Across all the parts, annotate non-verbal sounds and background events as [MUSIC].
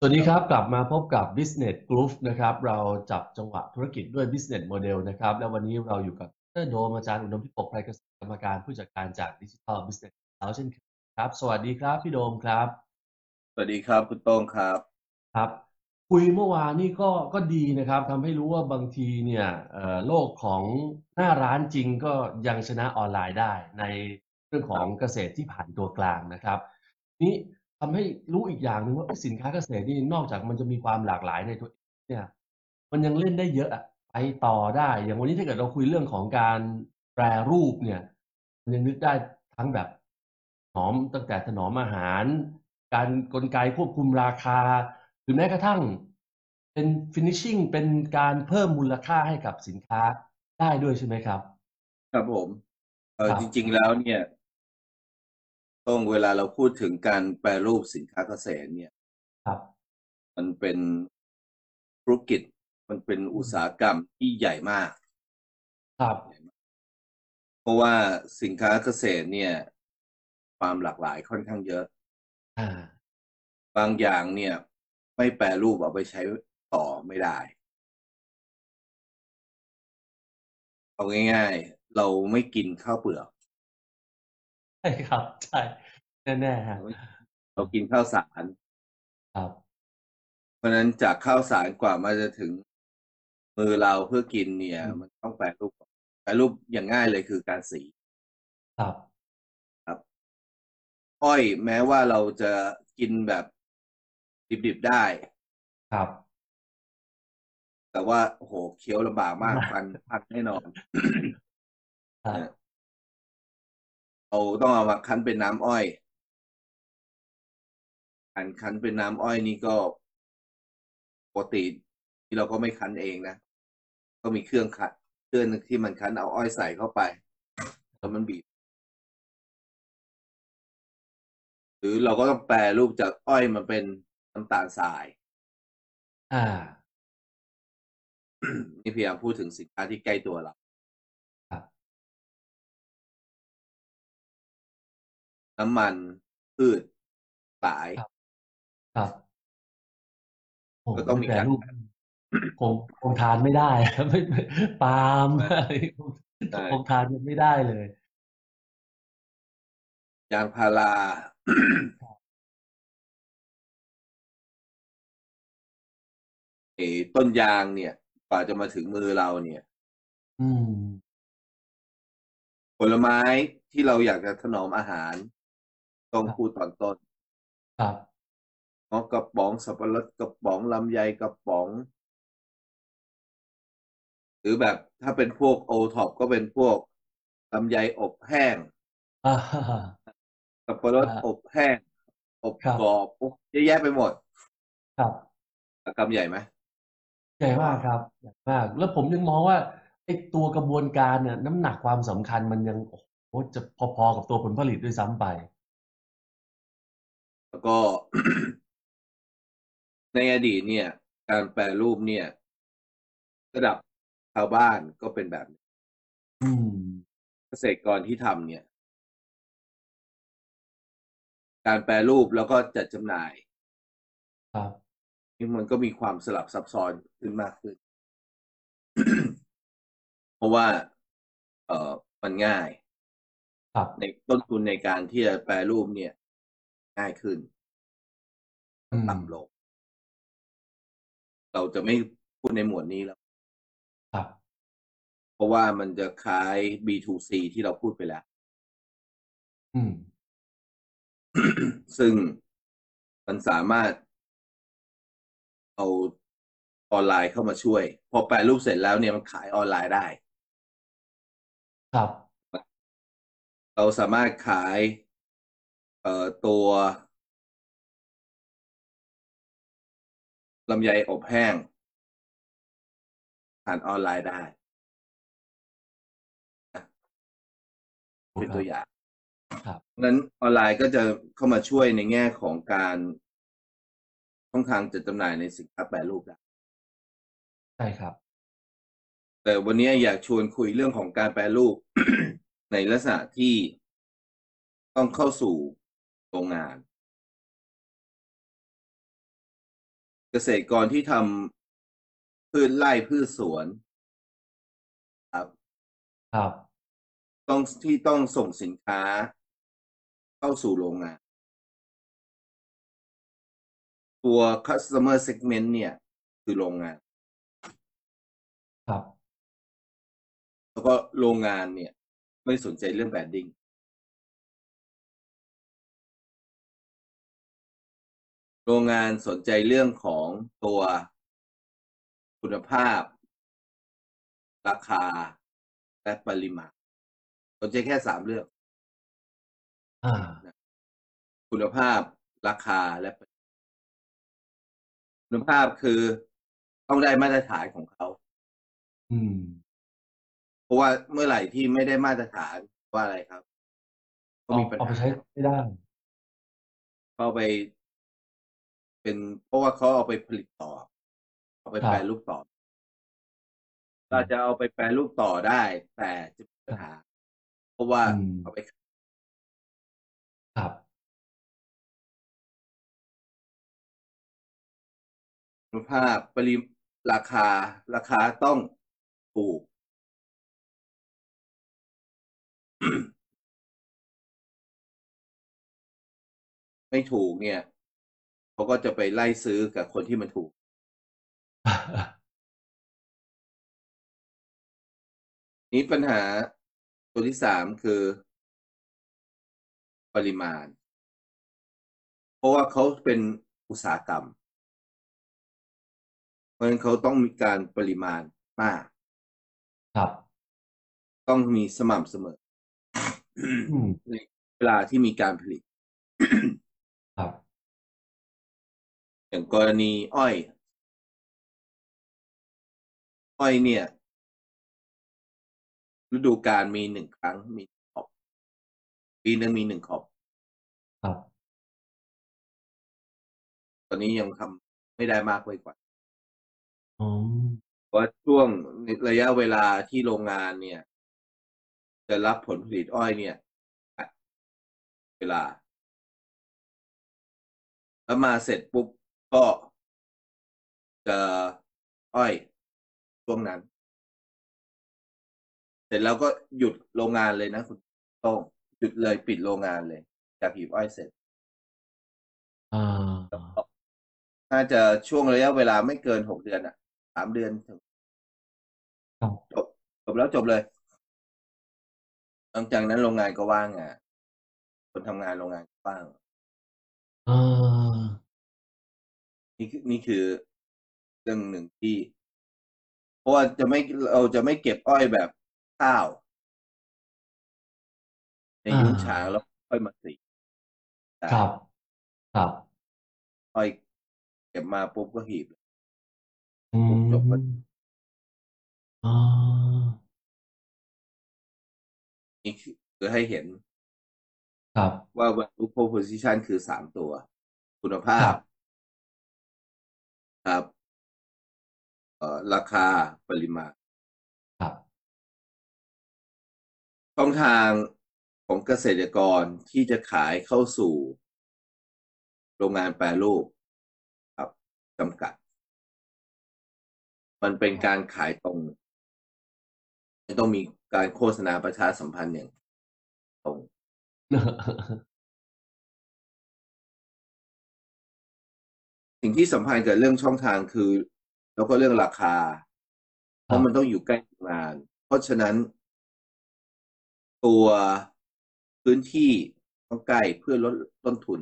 สวัสดีครับ กลับมาพบกับ Business Groove นะครับ เราจับจังหวะธุรกิจด้วย Business Model นะครับ และวันนี้เราอยู่กับดรโดมอาจารย์อุดมพิปกไพรเกษตรกรรมการผู้จัดการจาก Digital Business แล้วเช่นเคยครับ สวัสดีครับ พี่โดมครับ สวัสดีครับคุณโต้งครับ ครับ คุยเมื่อวานนี่ก็ก็ดีนะครับทำให้รู้ว่าบางทีเนี่ยเอ่อโลกของหน้าร้านจริงก็ยังชนะออนไลน์ได้ ในเรื่องของเกษตรที่ผ่านตัวกลางนะครับ นี่ทำให้รู้อีกอย่างหนึ่งว่าสินค้าเกษตรนี่นอกจากมันจะมีความหลากหลายในตัวเองเนี่ย มันยังเล่นได้เยอะอะไปต่อได้ อย่างวันนี้ถ้าเกิดเราคุยเรื่องของการแปรรูปเนี่ย มันยังนึกได้ทั้งแบบหนอมตั้งแต่ถนอมอาหาร การกลไกควบคุมราคา หรือแม้กระทั่งเป็น finishing เป็นการเพิ่มมูลค่าให้กับสินค้าได้ด้วยใช่ไหมครับ ครับผมเออ ครับ จริง ๆ แล้วเนี่ยโต้องเวลาเราพูดถึงการแปรรูปสินค้าเกษตรเนี่ย ครับ มันเป็นธุรกิจ มันเป็นอุตสาหกรรมที่ใหญ่มาก ครับ เพราะว่าสินค้าเกษตรเนี่ย ความหลากหลายค่อนข้างเยอะ อ่า บางอย่างเนี่ย ไม่แปรรูปเอาไปใช้ต่อไม่ได้ เอาง่ายๆ เราไม่กินข้าวเปลือก ใช่ครับใช่แน่ๆฮะ เรากินข้าวสาร ครับ เพราะฉะนั้นจากข้าวสารกว่ามันจะถึงมือเราเพื่อกินเนี่ย อืม มันต้องแปรรูปก่อนแปรรูปอย่างง่ายเลยคือการสี ครับ อ้อยแม้ว่าเราจะกินแบบดิบๆได้ ครับ แต่ว่าโอ้โหเคี้ยวลำบากมาก ฟันพันแน่นอนค [COUGHS] รับ เราต้องเอามาคั้นเป็นน้ำอ้อยการคั้นเป็นน้ำอ้อยนี่ก็ปกติที่เราก็ไม่คั้นเองนะ ก็มีเครื่องคั้นเครื่องที่มันคั้นเอาอ้อยใส่เข้าไปแล้วมันบีบ หรือเราก็ต้องแปรรูปจากอ้อยมาเป็นน้ำตาลทราย อ่า [COUGHS] นี่พยายามพูดถึงสินค้าที่ใกล้ตัวเรา ครับ น้ำมันพืชสาย ครับโอ้ ก็ต้องมี แปร การ รูปคงคงทานไม่ได้ [LAUGHS] ครับไม่ไม่ปาล์มอะไรคง ใช่ คงทานยังไม่ได้เลย ยางพารา ไอ้ต้นยางเนี่ยกว่าจะมาถึงมือเราเนี่ย อืม ผลไม้ที่เราอยากจะถนอมอาหาร ต้องพูดตอนต้น ครับ [LAUGHS] เงาะกระป๋องสับปะรดกระป๋องลำไยกระป๋อง หรือแบบถ้าเป็นพวกโอท็อปก็เป็นพวกลำไยอบแห้ง อ่า สับปะรด อ่า อบแห้ง อบ ครับ กรอบโอ้เยอะแยะไปหมด ครับ อุตสาหกรรมใหญ่ไหม ใหญ่มากครับใหญ่มาก แล้วผมยังมองว่าไอ้ตัวกระบวนการเนี่ยน้ำหนักความสำคัญมันยังโอ้โหจะพอๆกับตัวผลผลิตด้วยซ้ำไป แล้วก็ [COUGHS] ในอดีตเนี่ย การแปรรูปเนี่ย ระดับชาวบ้านก็เป็นแบบนี้ อืม เกษตรกรที่ทำเนี่ย การแปรรูปแล้วก็จัดจำหน่าย ครับ นี่มันก็มีความสลับซับซ้อนขึ้นมากขึ้น [COUGHS] เพราะว่า เออมันง่าย ครับ ในต้นทุนในการที่จะแปรรูปเนี่ย ง่ายขึ้น อืม ต่ำลง เราจะไม่พูดในหมวดนี้แล้ว ครับ เพราะว่ามันจะคล้าย B2C ที่เราพูดไปแล้ว อืม ซึ่งมันสามารถ เอาออนไลน์เข้ามาช่วย พอแปรรูปเสร็จแล้วเนี่ยมันขายออนไลน์ได้ ครับ เราสามารถขายเอ่อตัวลำไยอบแห้ง ผ่านออนไลน์ได้ เป็นตัวอย่าง ครับ เพาะฉะนั้นออนไลน์ก็จะเข้ามาช่วยในแง่ของการช่องทางจัดจำหน่ายในสินค้าแปรรูปได้ ใช่ครับ แต่วันนี้อยากชวนคุยเรื่องของการแปรรูป [COUGHS] ในลักษณะที่ต้องเข้าสู่โรงงาน เกษตรกรที่ทำพืชไร่พืชสวนครับ ครับ ต้องที่ต้องส่งสินค้า เข้าสู่โรงงาน ตัว customer segment เนี่ย คือโรงงาน ครับ แล้วก็โรงงานเนี่ย ไม่สนใจเรื่องแบรนดิ้งโรงงานสนใจเรื่องของตัวคุณภาพ ราคา และปริมาณสนใจแค่สามเรื่อง อ่า คุณภาพราคาและปริมาณคุณภาพคือต้องได้มาตรฐานของเขา อืม เพราะว่าเมื่อไหร่ที่ไม่ได้มาตรฐานว่าอะไรครับ ก็ เอา มีปัญ เอาไป หา ใช้ไม่ได้ เข้าไป เป็น เพราะว่าเขาเอาไปผลิตต่อ เอาไปแปร ครับ รูปต่อก็จะเอาไปแปรรูปต่อได้ แต่จะมีปัญหา เพราะว่า อืม เอาไปขาย ครับ [LAUGHS] คุณภาพปริมราคา ราคาต้องถูก [COUGHS] ไม่ถูกเนี่ยเขาก็จะไปไล่ซื้อกับคนที่มันถูก นี้ปัญหาตัวที่สามคือ ปริมาณ เพราะว่าเขาเป็นอุตสาหกรรม เพราะฉะนั้นเขาต้องมีการปริมาณมาก ครับ ต้องมีสม่ำเสมอ อืม เวลาที่มีการผลิต [COUGHS] ครับ อย่างกรณีอ้อย อ้อยเนี่ย ฤดูกาลมีหนึ่งครั้งมีหนึ่งขอบ ปีหนึ่งมีหนึ่งขอบ ครับ ตอนนี้ยังทำไม่ได้มากไปกว่า อ๋อ ว่าช่วงระยะเวลาที่โรงงานเนี่ย จะรับผลผลิตอ้อยเนี่ยอัดเวลา แล้วมาเสร็จปุ๊บก็จะอ้อยช่วงนั้น เสร็จแล้วก็หยุดโรงงานเลยนะคุณโต้องหยุดเลยปิดโรงงานเลย จากหีบอ้อยเสร็จ อ่า น่าจะช่วงระยะเวลาไม่เกินหกเดือนอ่ะสามเดือนถึง ครับ จบจบแล้วจบเลย หลังจากนั้นโรงงานก็ว่างงานคนทำงานโรงงานก็ว่าง อ่า นี่คือนี่คือเรื่องหนึ่งที่ เพราะว่าจะไม่เราจะไม่เก็บอ้อยแบบข้าว ใน อ่า ยุ้งฉางแล้วค่อยมาสีแต่ ครับ ครับ อ้อยเก็บมาปุ๊บก็หีบ อืม จบแล้ว อ่า นี่คือให้เห็น ครับ ว่า value proposition คือสามตัว คุณภา ครั พ บ ครับเอ่อราคาปริมาณ ครับ [LAUGHS] ช่องทางของเกษตรกรที่จะขายเข้าสู่ โรงงานแปรรูป ครับจำกัด มันเป็นการขายตรงไม่ต้องมีการโฆษณาประชาสัมพันธ์อย่างตรง สิ่งที่สำคัญกับเรื่องช่องทางคือ แล้วก็เรื่องราคา เพราะมันต้องอยู่ใกล้โรงงาน เพราะฉะนั้น ตัวพื้นที่ต้องใกล้เพื่อลดต้นทุน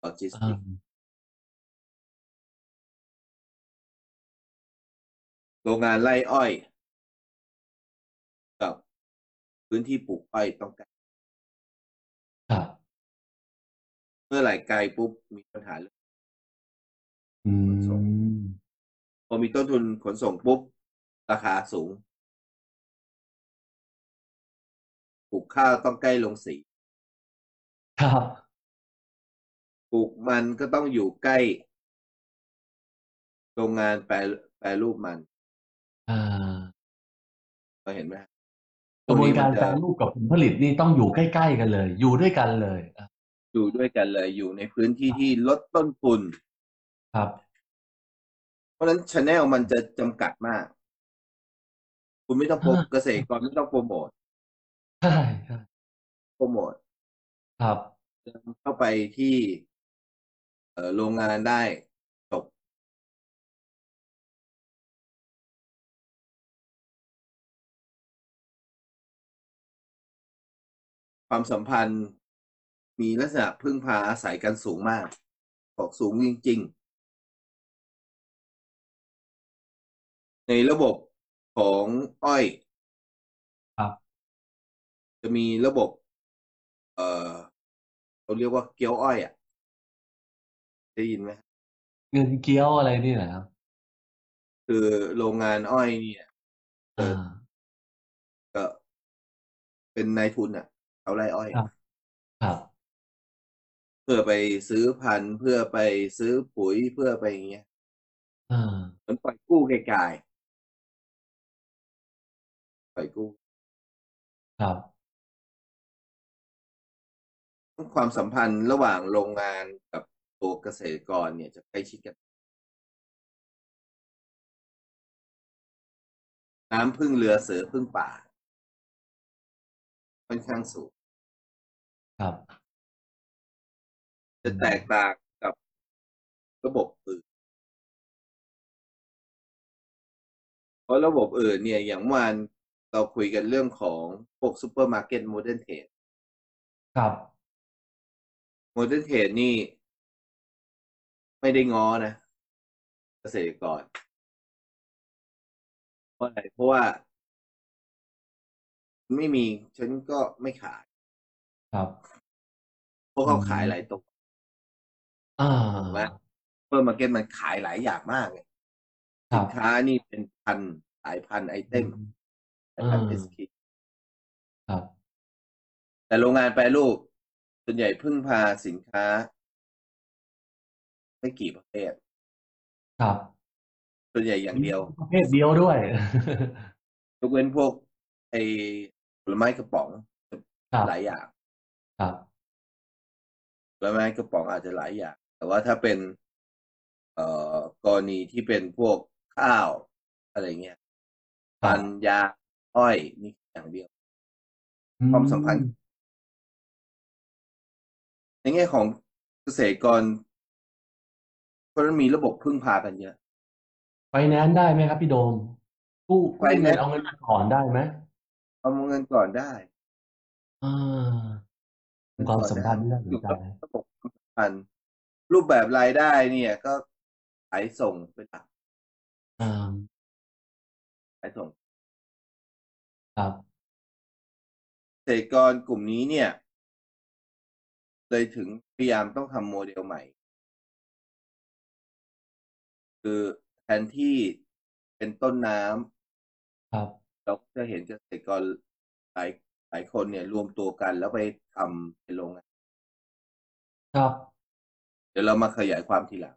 ต่อจิสติ อ่า กโรงงานไร่อ้อย กับพื้นที่ปลูกอ้อยต้องใกล้ ครับ เมื่อไหร่ไกลปุ๊บมีปัญหาเรื่อง อืม พอมีต้นทุนขนส่งปุ๊บ ราคาสูงปลูกข้าวต้องใกล้ลงสี ครับ ปลูกมันก็ต้องอยู่ใกล้ โรงงานแปรแปรรูปมัน อ่า ก็เห็นไหมฮะ กระบวนการ ตง แปร นี้มันจะ รูปกับผลผลิตนี่ต้องอยู่ใกล้ๆกันเลย อยู่ด้วยกันเลยอ่ะ อยู่ด้วยกันเลย อยู่ในพื้นที่ที่ลดต้นทุน ครับ เพราะฉะนั้นชาแนลมันจะจำกัดมาก คุณไม่ต้องโปร อ่า เกษตรกรไม่ต้องโปรโมท ใช่ใช่ โปรโมท ครับ เข้าไปที่ เอ่อโรงงานได้จบความสัมพันธ์มีลักษณะพึ่งพาอาศัยกันสูงมากบอกสูงจริง ๆ ในระบบของอ้อย ครับ จะมีระบบ เอ่อเราเรียกว่าเกี๊ยวอ้อยอ่ะ ได้ยินไหม เงินเกี้ยวอะไรนี่แหละครับ คือโรงงานอ้อยเนี่ย เออ อ่า ก็เป็นนายทุนอ่ะเขาไล่อ้อย ครับ ครับ เพื่อไปซื้อพันธุ์เพื่อไปซื้อปุ๋ยเพื่อไปอย่างเงี้ย อ่า เหมือนปล่อยกู้ไกลๆปล่อยกู้ ครับ ความสัมพันธ์ระหว่างโรงงานกับตัวเกษตรกรเนี่ยจะใกล้ชิดกัน น้ำพึ่งเรือเสือพึ่งป่าค่อนข้างสูง ครับ จะแตกต่างกับระบบอื่น เพราะระบบอื่นเนี่ยอย่างเมื่อวานเราคุยกันเรื่องของพวกซูเปอร์มาร์เก็ตโมเดิร์นเทรด ครับ โมเดิร์นเทรดนี่ ไม่ได้ง้อนะ เกษตรกรเพราะอะไรเพราะว่า ไม่มีฉันก็ไม่ขาย ครับ เพราะเขา อืม ขายหลายตัว อ่า ถูกไหม เพิ่มมาเก็ตมันขายหลายอย่างมากเลย ครั สิ บ นค้านี่เป็นพันหลายพันไอเทมหลายพัน อืม เอสคี ครับ แต่โรงงานแปรรูปส่วนใหญ่พึ่งพาสินค้า ไม่กี่ประเภท ครับ ส่วนใหญ่อย่างเดียว ประเภทเดียวด้วย [LAUGHS] ยกเว้นพวกไอผลไม้กระป๋อง ครับ หลายอย่าง ครับ ผลไม้กระป๋องอาจจะหลายอย่าง แต่ว่าถ้าเป็น เอ่อกรณีที่เป็นพวกข้าวอะไรเงี้ยปันยาอ้อยนี่อย่างเดียว ความสัมพันธ์ ในแง่ของเกษตรกรก็มีระบบพึ่งพากันเยอะ ไฟแนนซ์ได้ไหมครับพี่โดม กู้กู้เงิ Finance นเอาเงินมาก่อนได้ไหม เอาเงินก่อนได้ อ่าเป็นความสัมพันธ์ที่น่าสนใจนะ ระบบความสัมพันธ์รูปแบบรายได้เนี่ย ก็ขายส่งเป็นหลัก อ่า ขายส่ง ครับ เกษตรกรกลุ่มนี้เนี่ย เลยถึงพยายามต้องทำโมเดลใหม่ คือแทนที่เป็นต้นน้ ครับ ำเราก็จะเห็นเกษตรกรหลายหลายคนเนี่ย รวมตัวกันแล้วไปทำเป็นโรงงาน ครับ เดี๋ยวเรามาขยายความทีหลัง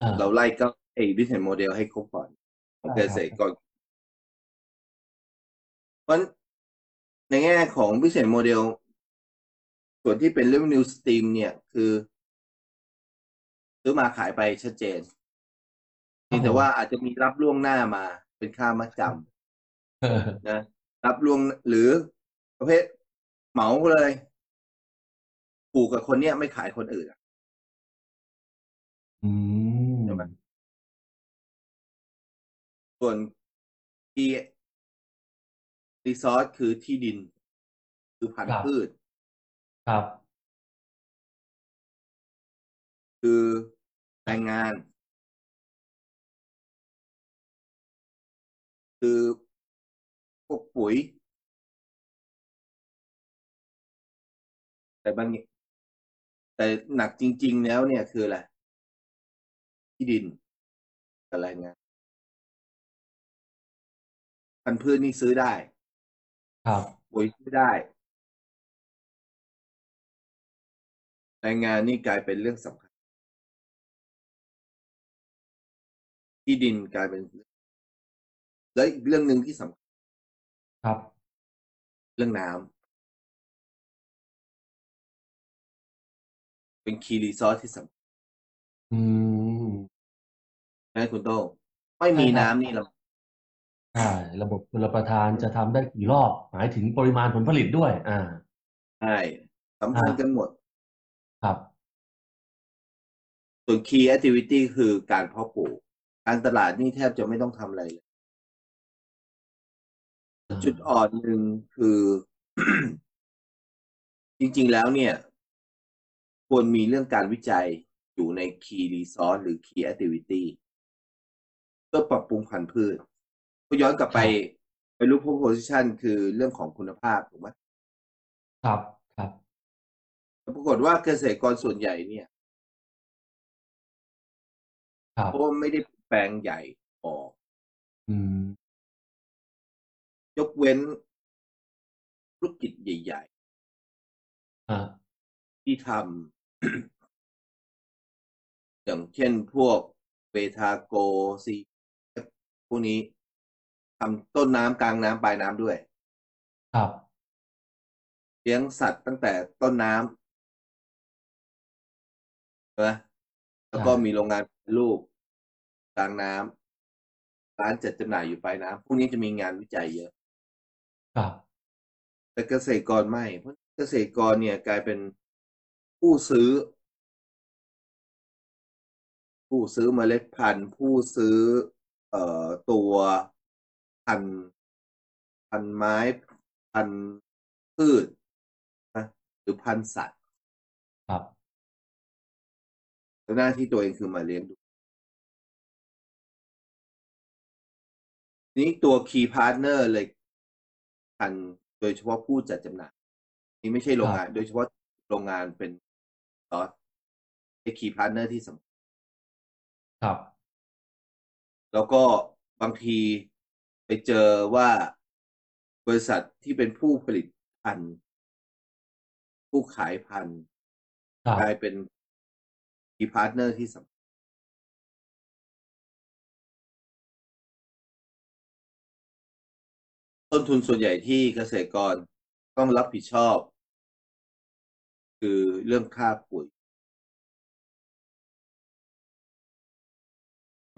อ่า เราไล่ก็ไอ้ business model ให้ครบก่อนของเกษตรกรเพราะฉะนั้นในแง่ของ business model ส่วนที่เป็น revenue stream เนี่ย คือซื้อมาขายไปชัดเจนเพียงแต่ว่าอาจจะมีรับล่วงหน้ามาเป็นค่ามัดจ เออ ำนะ รับล่วงหรือประเภทเหมาเลยปลูกกับคนเนี้ยไม่ขายคนอื่นอะ อืม ใช่ไหม ส่วนที่รีซอสคือที่ดิน คือพันธุ์พืช ครับ คือแรงงาน คือพวกปุ๋ย แต่บางอย่างแต่หนักจริง ๆ แล้วเนี่ยคืออะไรที่ดินกับแรงงานพันธุ์พืชนี่ซื้อได้ ครับ ปุ๋ยซื้อได้ แรงงานนี่กลายเป็นเรื่องสำคัญ ที่ดินกลายเป็น และอีกเรื่องหนึ่งที่สำคัญ ครับ เรื่องน้ำเป็นคีย์รีซอสที่สำคัญ อืม นะคุณโต้ง ไม่มี ใช่ครับ น้ำนี่ลำ ใช่ระบบชลประทานจะทำได้กี่รอบ หมายถึงปริมาณผลผลิตด้วย อ่า ใช่สำคัญกันหมด ครับ ส่วน key activity คือการเพาะปลูก การตลาดนี่แทบจะไม่ต้องทำอะไรเลย จุดอ่อนหนึ่งคือ [COUGHS] จริงๆแล้วเนี่ย ควรมีเรื่องการวิจัยอยู่ใน key resource หรือ key activity เพื่อปรับปรุงพันธุ์พืชก็ย้อนกลับไปไปรู้ proposition คือเรื่องของคุณภาพถูกไหม ครับครับ แต่ปรากฏว่าเกษตรกรส่วนใหญ่เนี่ย ครับ ก็ไม่ได้แปลงใหญ่ออก อืม ยกเว้นธุรกิจใหญ่ อ่า ๆ ที่ทำ [COUGHS] อย่างเช่นพวกเวทาโกซี พวกนี้ทำต้นน้ำกลางน้ำปลายน้ำด้วย ครับ เลี้ยงสัตว์ตั้งแต่ต้นน้ำนะแล้วก็มีโรงงานแปรรูปกลางน้ำร้านจัดจำหน่ายอยู่ปลายน้ำพวกนี้จะมีงานวิจัยเยอะ ครับ แต่เกษตรกรไม่ เพราะเกษตรกรเนี่ยกลายเป็นผู้ซื้อ ผู้ซื้อเมล็ดพันธุ์ ผู้ซื้อ เอ่อตัวพันธุ์พันธุ์ไม้พันธุ์พืชนะหรือพันธุ์สัตว์ ครับ แล้วหน้าที่ตัวเองคือมาเลี้ยงดูนี่ตัว Key Partner เลยพันโดยเฉพาะผู้จัดจำหน่าย นี่ไม่ใช่โรงงาน โดยเฉพาะโรงงานเป็นซอสไอ้ Key Partner ที่สำคัญ ครับ แล้วก็บางทีไปเจอว่าบริษัทที่เป็นผู้ผลิตพันธุ์ผู้ขายพันธุ์ ครับ กลายเป็นอีพาร์ทเนอร์ที่สำคัญต้นทุนส่วนใหญ่ที่เกษตรกรต้องรับผิดชอบ คือเรื่องค่าปุ๋ย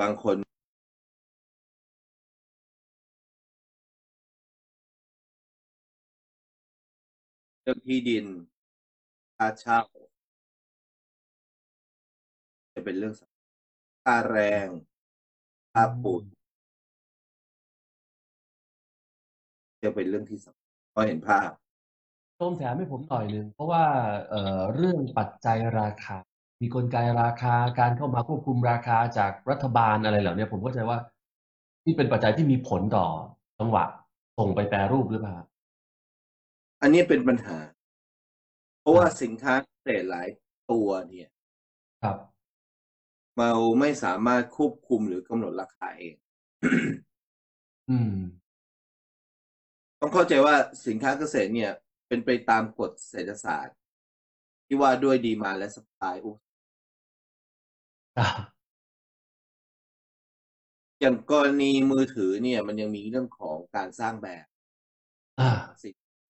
บางคน เรื่องที่ดินค่าเช่า จะเป็นเรื่องสำคัญค่าแรงค่าปุ๋ยจะเป็นเรื่องที่สำคัญเพราะเห็นภาพ ต้มแถมให้ผมหน่อยหนึ่งเพราะว่าเอ่อเรื่องปัจจัยราคา มีกลไกราคาการเข้ามาควบคุมราคาจากรัฐบาลอะไรเหล่าเนี้ยผมเข้าใจว่านี่เป็นปัจจัยที่มีผลต่อจังหวะส่งไปแปรรูปหรือเปล่า อันนี้เป็นปัญหา เพราะว่าสินค้าเกษตรหลายตัวเนี่ย ครับ เราไม่สามารถควบคุมหรือกำหนดราคาเอง [COUGHS] อืม ต้องเข้าใจว่าสินค้าเกษตรเนี่ย เป็นไปตามกฎเศรษฐศาสตร์ ที่ว่าด้วยดีมาและสปาย ครับ อย่างกรณีมือถือเนี่ย มันยังมีเรื่องของการสร้างแบรนด์ อ่า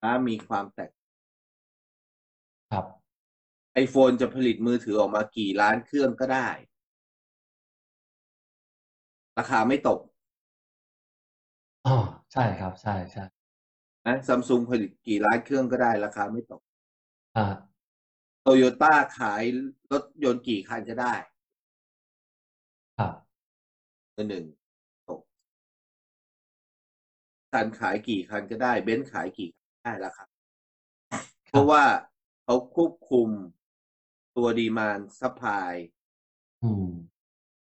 ถ้ามีความแตก ครับ ไอโฟนจะผลิตมือถือออกมากี่ล้านเครื่องก็ได้ ราคาไม่ตก อ๋อ ใช่ครับ ใช่ใช่ นะซัมซุงผลิตกี่ล้านเครื่องก็ได้ ราคาไม่ตก อ่า โตโยต้าขายรถยนต์กี่คันก็ได้ ครับ มือหนึ่งตกสันขายกี่คันก็ได้เบนซ์ขายกี่คันก็ได้ราคาเพราะว่าเขาควบคุมตัวดีมานซัพพลาย อืม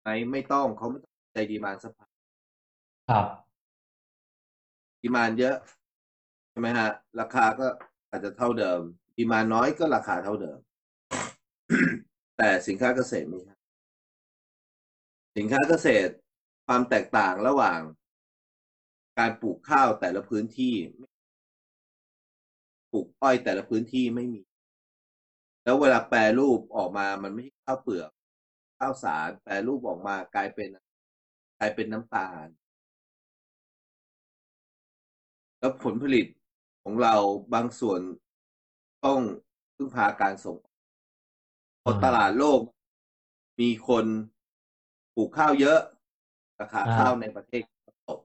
ไหนไม่ต้องเขาไม่ต้องใจดีมานซัพพลาย ครับ ดีมานเยอะใช่ไหมฮะ ราคาก็อาจจะเท่าเดิมดีมานน้อยก็ราคาเท่าเดิม แต่สินค้าเกษตรไม่ใช่สินค้าเกษตรความแตกต่างระหว่าง การปลูกข้าวแต่ละพื้นที่ปลูกอ้อยแต่ละพื้นที่ไม่มี แล้วเวลาแปรรูปออกมามันไม่ใช่ข้าวเปลือกข้าวสารแปรรูปออกมากลายเป็น กลายเป็นน้ำตาล แล้วผลผลิตของเราบางส่วนต้องพึ่งพาการส่งออกพอ อ่า ตลาดโลก มีคนปลูกข้าวเยอะ แต่ ราคา อ่า ข้าวในประเท [COUGHS] ศตก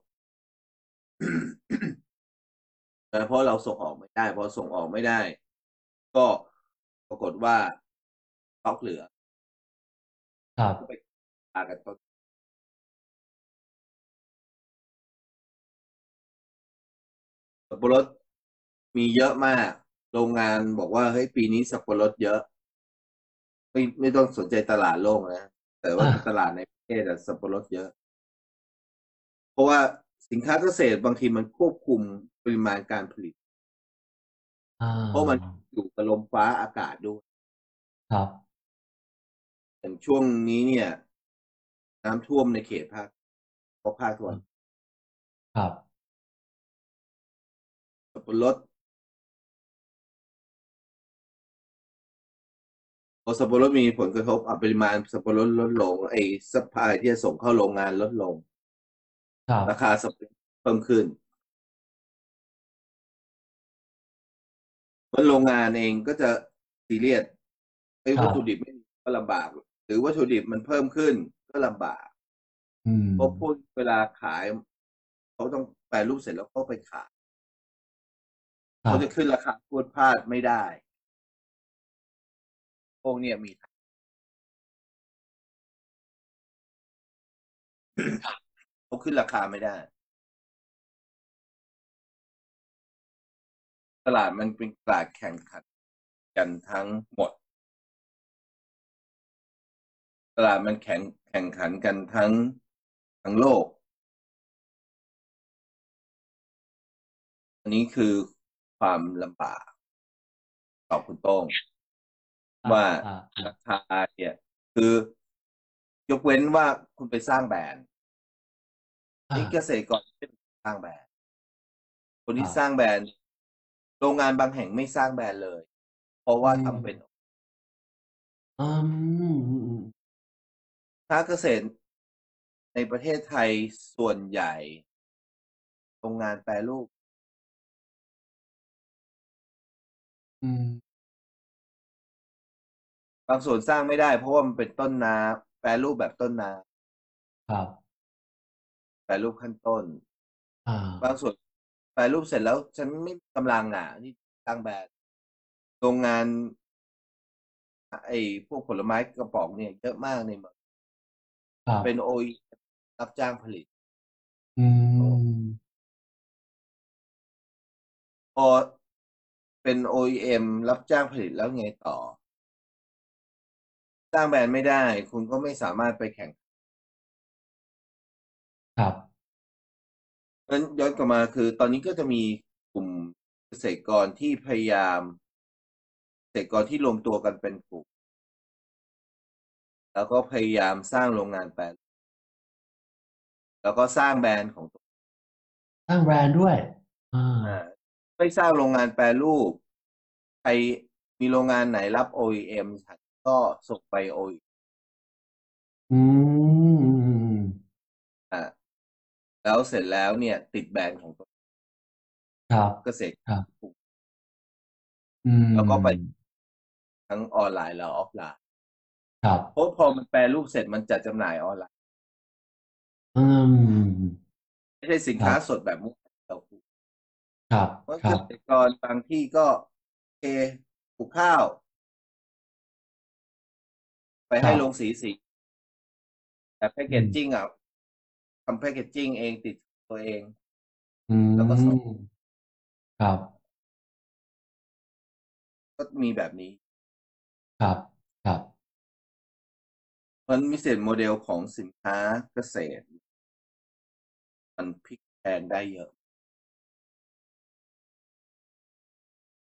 แต่เพราะเราส่งออกไม่ได้พอส่งออกไม่ได้ ก็ปรากฏว่าสต็อกเหลือ ครับ ก็ไปตากันต้นสับปะรดมีเยอะมาก โรงงานบอกว่าเฮ้ยปีนี้สับปะรดเยอะ ไม่ไม่ต้องสนใจตลาดโลกนะ แต่ว่า อ่า ตลาดในประเทศอะสับปะรดเยอะ เพราะว่าสินค้าเกษตรบางทีมันควบคุมปริมาณการผลิต อ่า เพราะมัน อยู่กับลมฟ้าอากาศด้วย ครับ อย่างช่วงนี้เนี่ย น้ำท่วมในเขตภาคเพราะภาคตะวัน ครับ สับปะรดพอสับปะรดมีผลกระทบอ่ะปริมาณสับปะรดลดลง ไอ้สัพพลายที่จะส่งเข้าโรงงานลดลง ครับ ราคาสับปะรดเพิ่มขึ้น มันโรงงานเองก็จะซีเรียสไอ้ยวัตถุดิบไม่มีก็ลำบาก หรือวัตถุดิบมันเพิ่มขึ้นก็ลำบาก อืม เพราะพวกเวลาขายเขาต้องแปลรูปเสร็จแล้วก็ไปขาย ครั เขา บ จะขึ้นราคาพูดพลาดไม่ได้ พวกเนี้ยมีเขาขึ้นราคาไม่ได้ ตลาดมันเป็นตลาดแข่งขันกันทั้งหมด ตลาดมันแข่งแข่งขันกันทั้งทั้งโลก อันนี้คือความลำบากต่อคุณโต้ง ว่า อ่อ่า ราคาเนี่ยคือยกเว้นว่าคุณไปสร้างแบรนด์ อ่า นี่เกษตรกรไม่ได้สร้างแบรนด์คนที่ ครับ สร้างแบรนด์โรงงานบางแห่งไม่สร้างแบรนด์เลย เพราะว่า อืม ทำเป็น อืมอืมอืม ค้าเกษตรในประเทศไทยส่วนใหญ่โรงงานแปรรูป อืม บางส่วนสร้างไม่ได้ เพราะว่ามันเป็นต้นน้ำแปรรูปแบบต้นน้ ครับ ำแปรรูปขั้นต้น อ่า บางส่วนแปรรูปเสร็จแล้ว ฉันไม่มีกำลังอ่ะนี่ตั้งแบรนด์โรงงาน ไอ้พวกผลไม้กระป๋องเนี่ยเยอะมากในเมือง ครับ เป็นโอยรับจ้างผลิต อืม พอเป็น OEM รับจ้างผลิตแล้วไงต่อ สร้างแบรนด์ไม่ได้ คุณก็ไม่สามารถไปแข่ง ครับ นั้นย้อนกลับมาคือ ตอนนี้ก็จะมีกลุ่มเกษตรกรที่พยายามเกษตรกรที่รวมตัวกันเป็นกลุ่ม แล้วก็พยายามสร้างโรงงานแปรรูปแล้วก็สร้างแบรนด์ของตัว สร้างแบรนด์ด้วยอ่า อ่าไม่สร้างโรงงานแปรรูปใครมีโรงงานไหนรับ OEM ฉันก็ส่งไป OEM อืมอืมอืมอืม อ่ะแล้วเสร็จแล้วเนี่ย ติดแบรนด์ของตัว ครับ เกษตร อืม แล้วก็ไปทั้งออนไลน์และออฟไลน์ ครับ เพราะพอมันแปรรูปเสร็จมันจัดจำหน่ายออนไลน์ อืม ไม่ใช่สินค้า ครับ สดแบบมุกเราปลูก ครับ เพราะ ค เก รับ ษตรกรบางที่ก็เอปลูกข้าว ไปให้ลงสีสี แต่แพคเกจจิ้งอ่ะทำแพคเกจจิ้งเองติดตัวเอง อืม แล้วก็ส่ง ครับ ก็มีแบบนี้ ครับครับ มันมีเศษโมเดลของสินค้าเกษตร มันพลิกแพลงได้เยอะ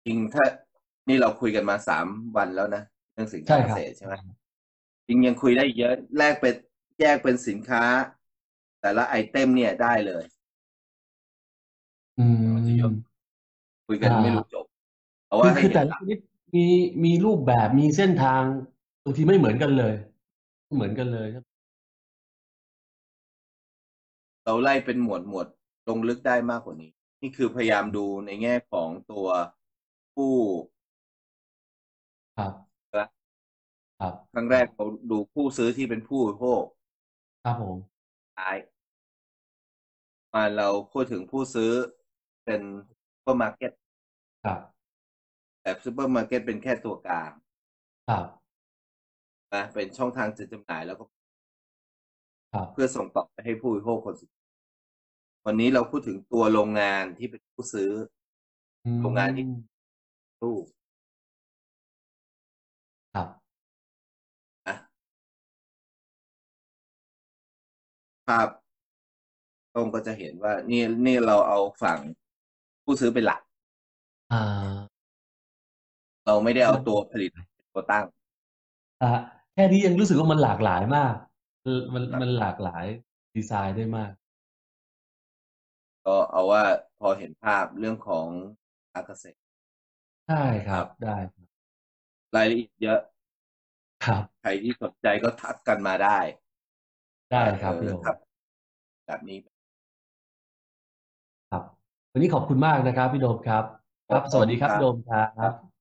จริงถ้านี่เราคุยกันมาสามวันแล้วนะ เรื่องสินค้า ใช่ครับเกษตรใช่ไหมจริงยังคุยได้เยอะ แลกเป็นแยกเป็นสินค้า แต่ละไอเทมเนี่ยได้เลย อื มันจะยก ม คุยกัน อ่า ไม่รู้จบเอา คื ว่า อ ให้ คือ เห็ แต่ น ละชนิดมีมีรูปแบบมีเส้นทางบางทีไม่เหมือนกันเลยไม่เหมือนกันเลยครับ เราไล่เป็นหมวดหมวดลงลึกได้มากกว่านี้ นี่คือพยายามดูในแง่ของตัวผู้ ครับ ครับ ครับ ครั้งแรกเราดูผู้ซื้อที่เป็นผู้บริโภค ครับผม ท้าย มาเราพูดถึงผู้ซื้อเป็นซูเปอร์มาร์เก็ต ครับ แต่ซูเปอร์มาร์เก็ตเป็นแค่ตัวกลาง ครับ นะเป็นช่องทางจัดจำหน่ายแล้วก็ ครับ เพื่อส่งต่อไปให้ผู้บริโภคคนสุดท้ายวันนี้เราพูดถึงตัวโรงงานที่เป็นผู้ซื้อ อืม โรงงานที่ ลูก ครับ ภาพตรงก็จะเห็นว่า นี่นี่เราเอาฝั่งผู้ซื้อเป็นหลัก อ่า เราไม่ได้เอาตัวผลิตเป็นตัวตั้ง อ่ะแค่นี้ยังรู้สึกว่ามันหลากหลายมากเออมัน ครับ มันหลากหลายดีไซน์ได้มาก ก็เอาว่าพอเห็นภาพเรื่องของอาเกษตร ใช่ครับ ได้ รายละเอียดเยอะ ครับ ใครที่สนใจก็ทักกันมาได้ ได้ครับ เอ พี่ อ โอ ครับ แบบนี้ ครับ วันนี้ขอบคุณมากนะครับพี่โดมครับ ครับ สวัสดีครับ ครับ พี่โดมครับ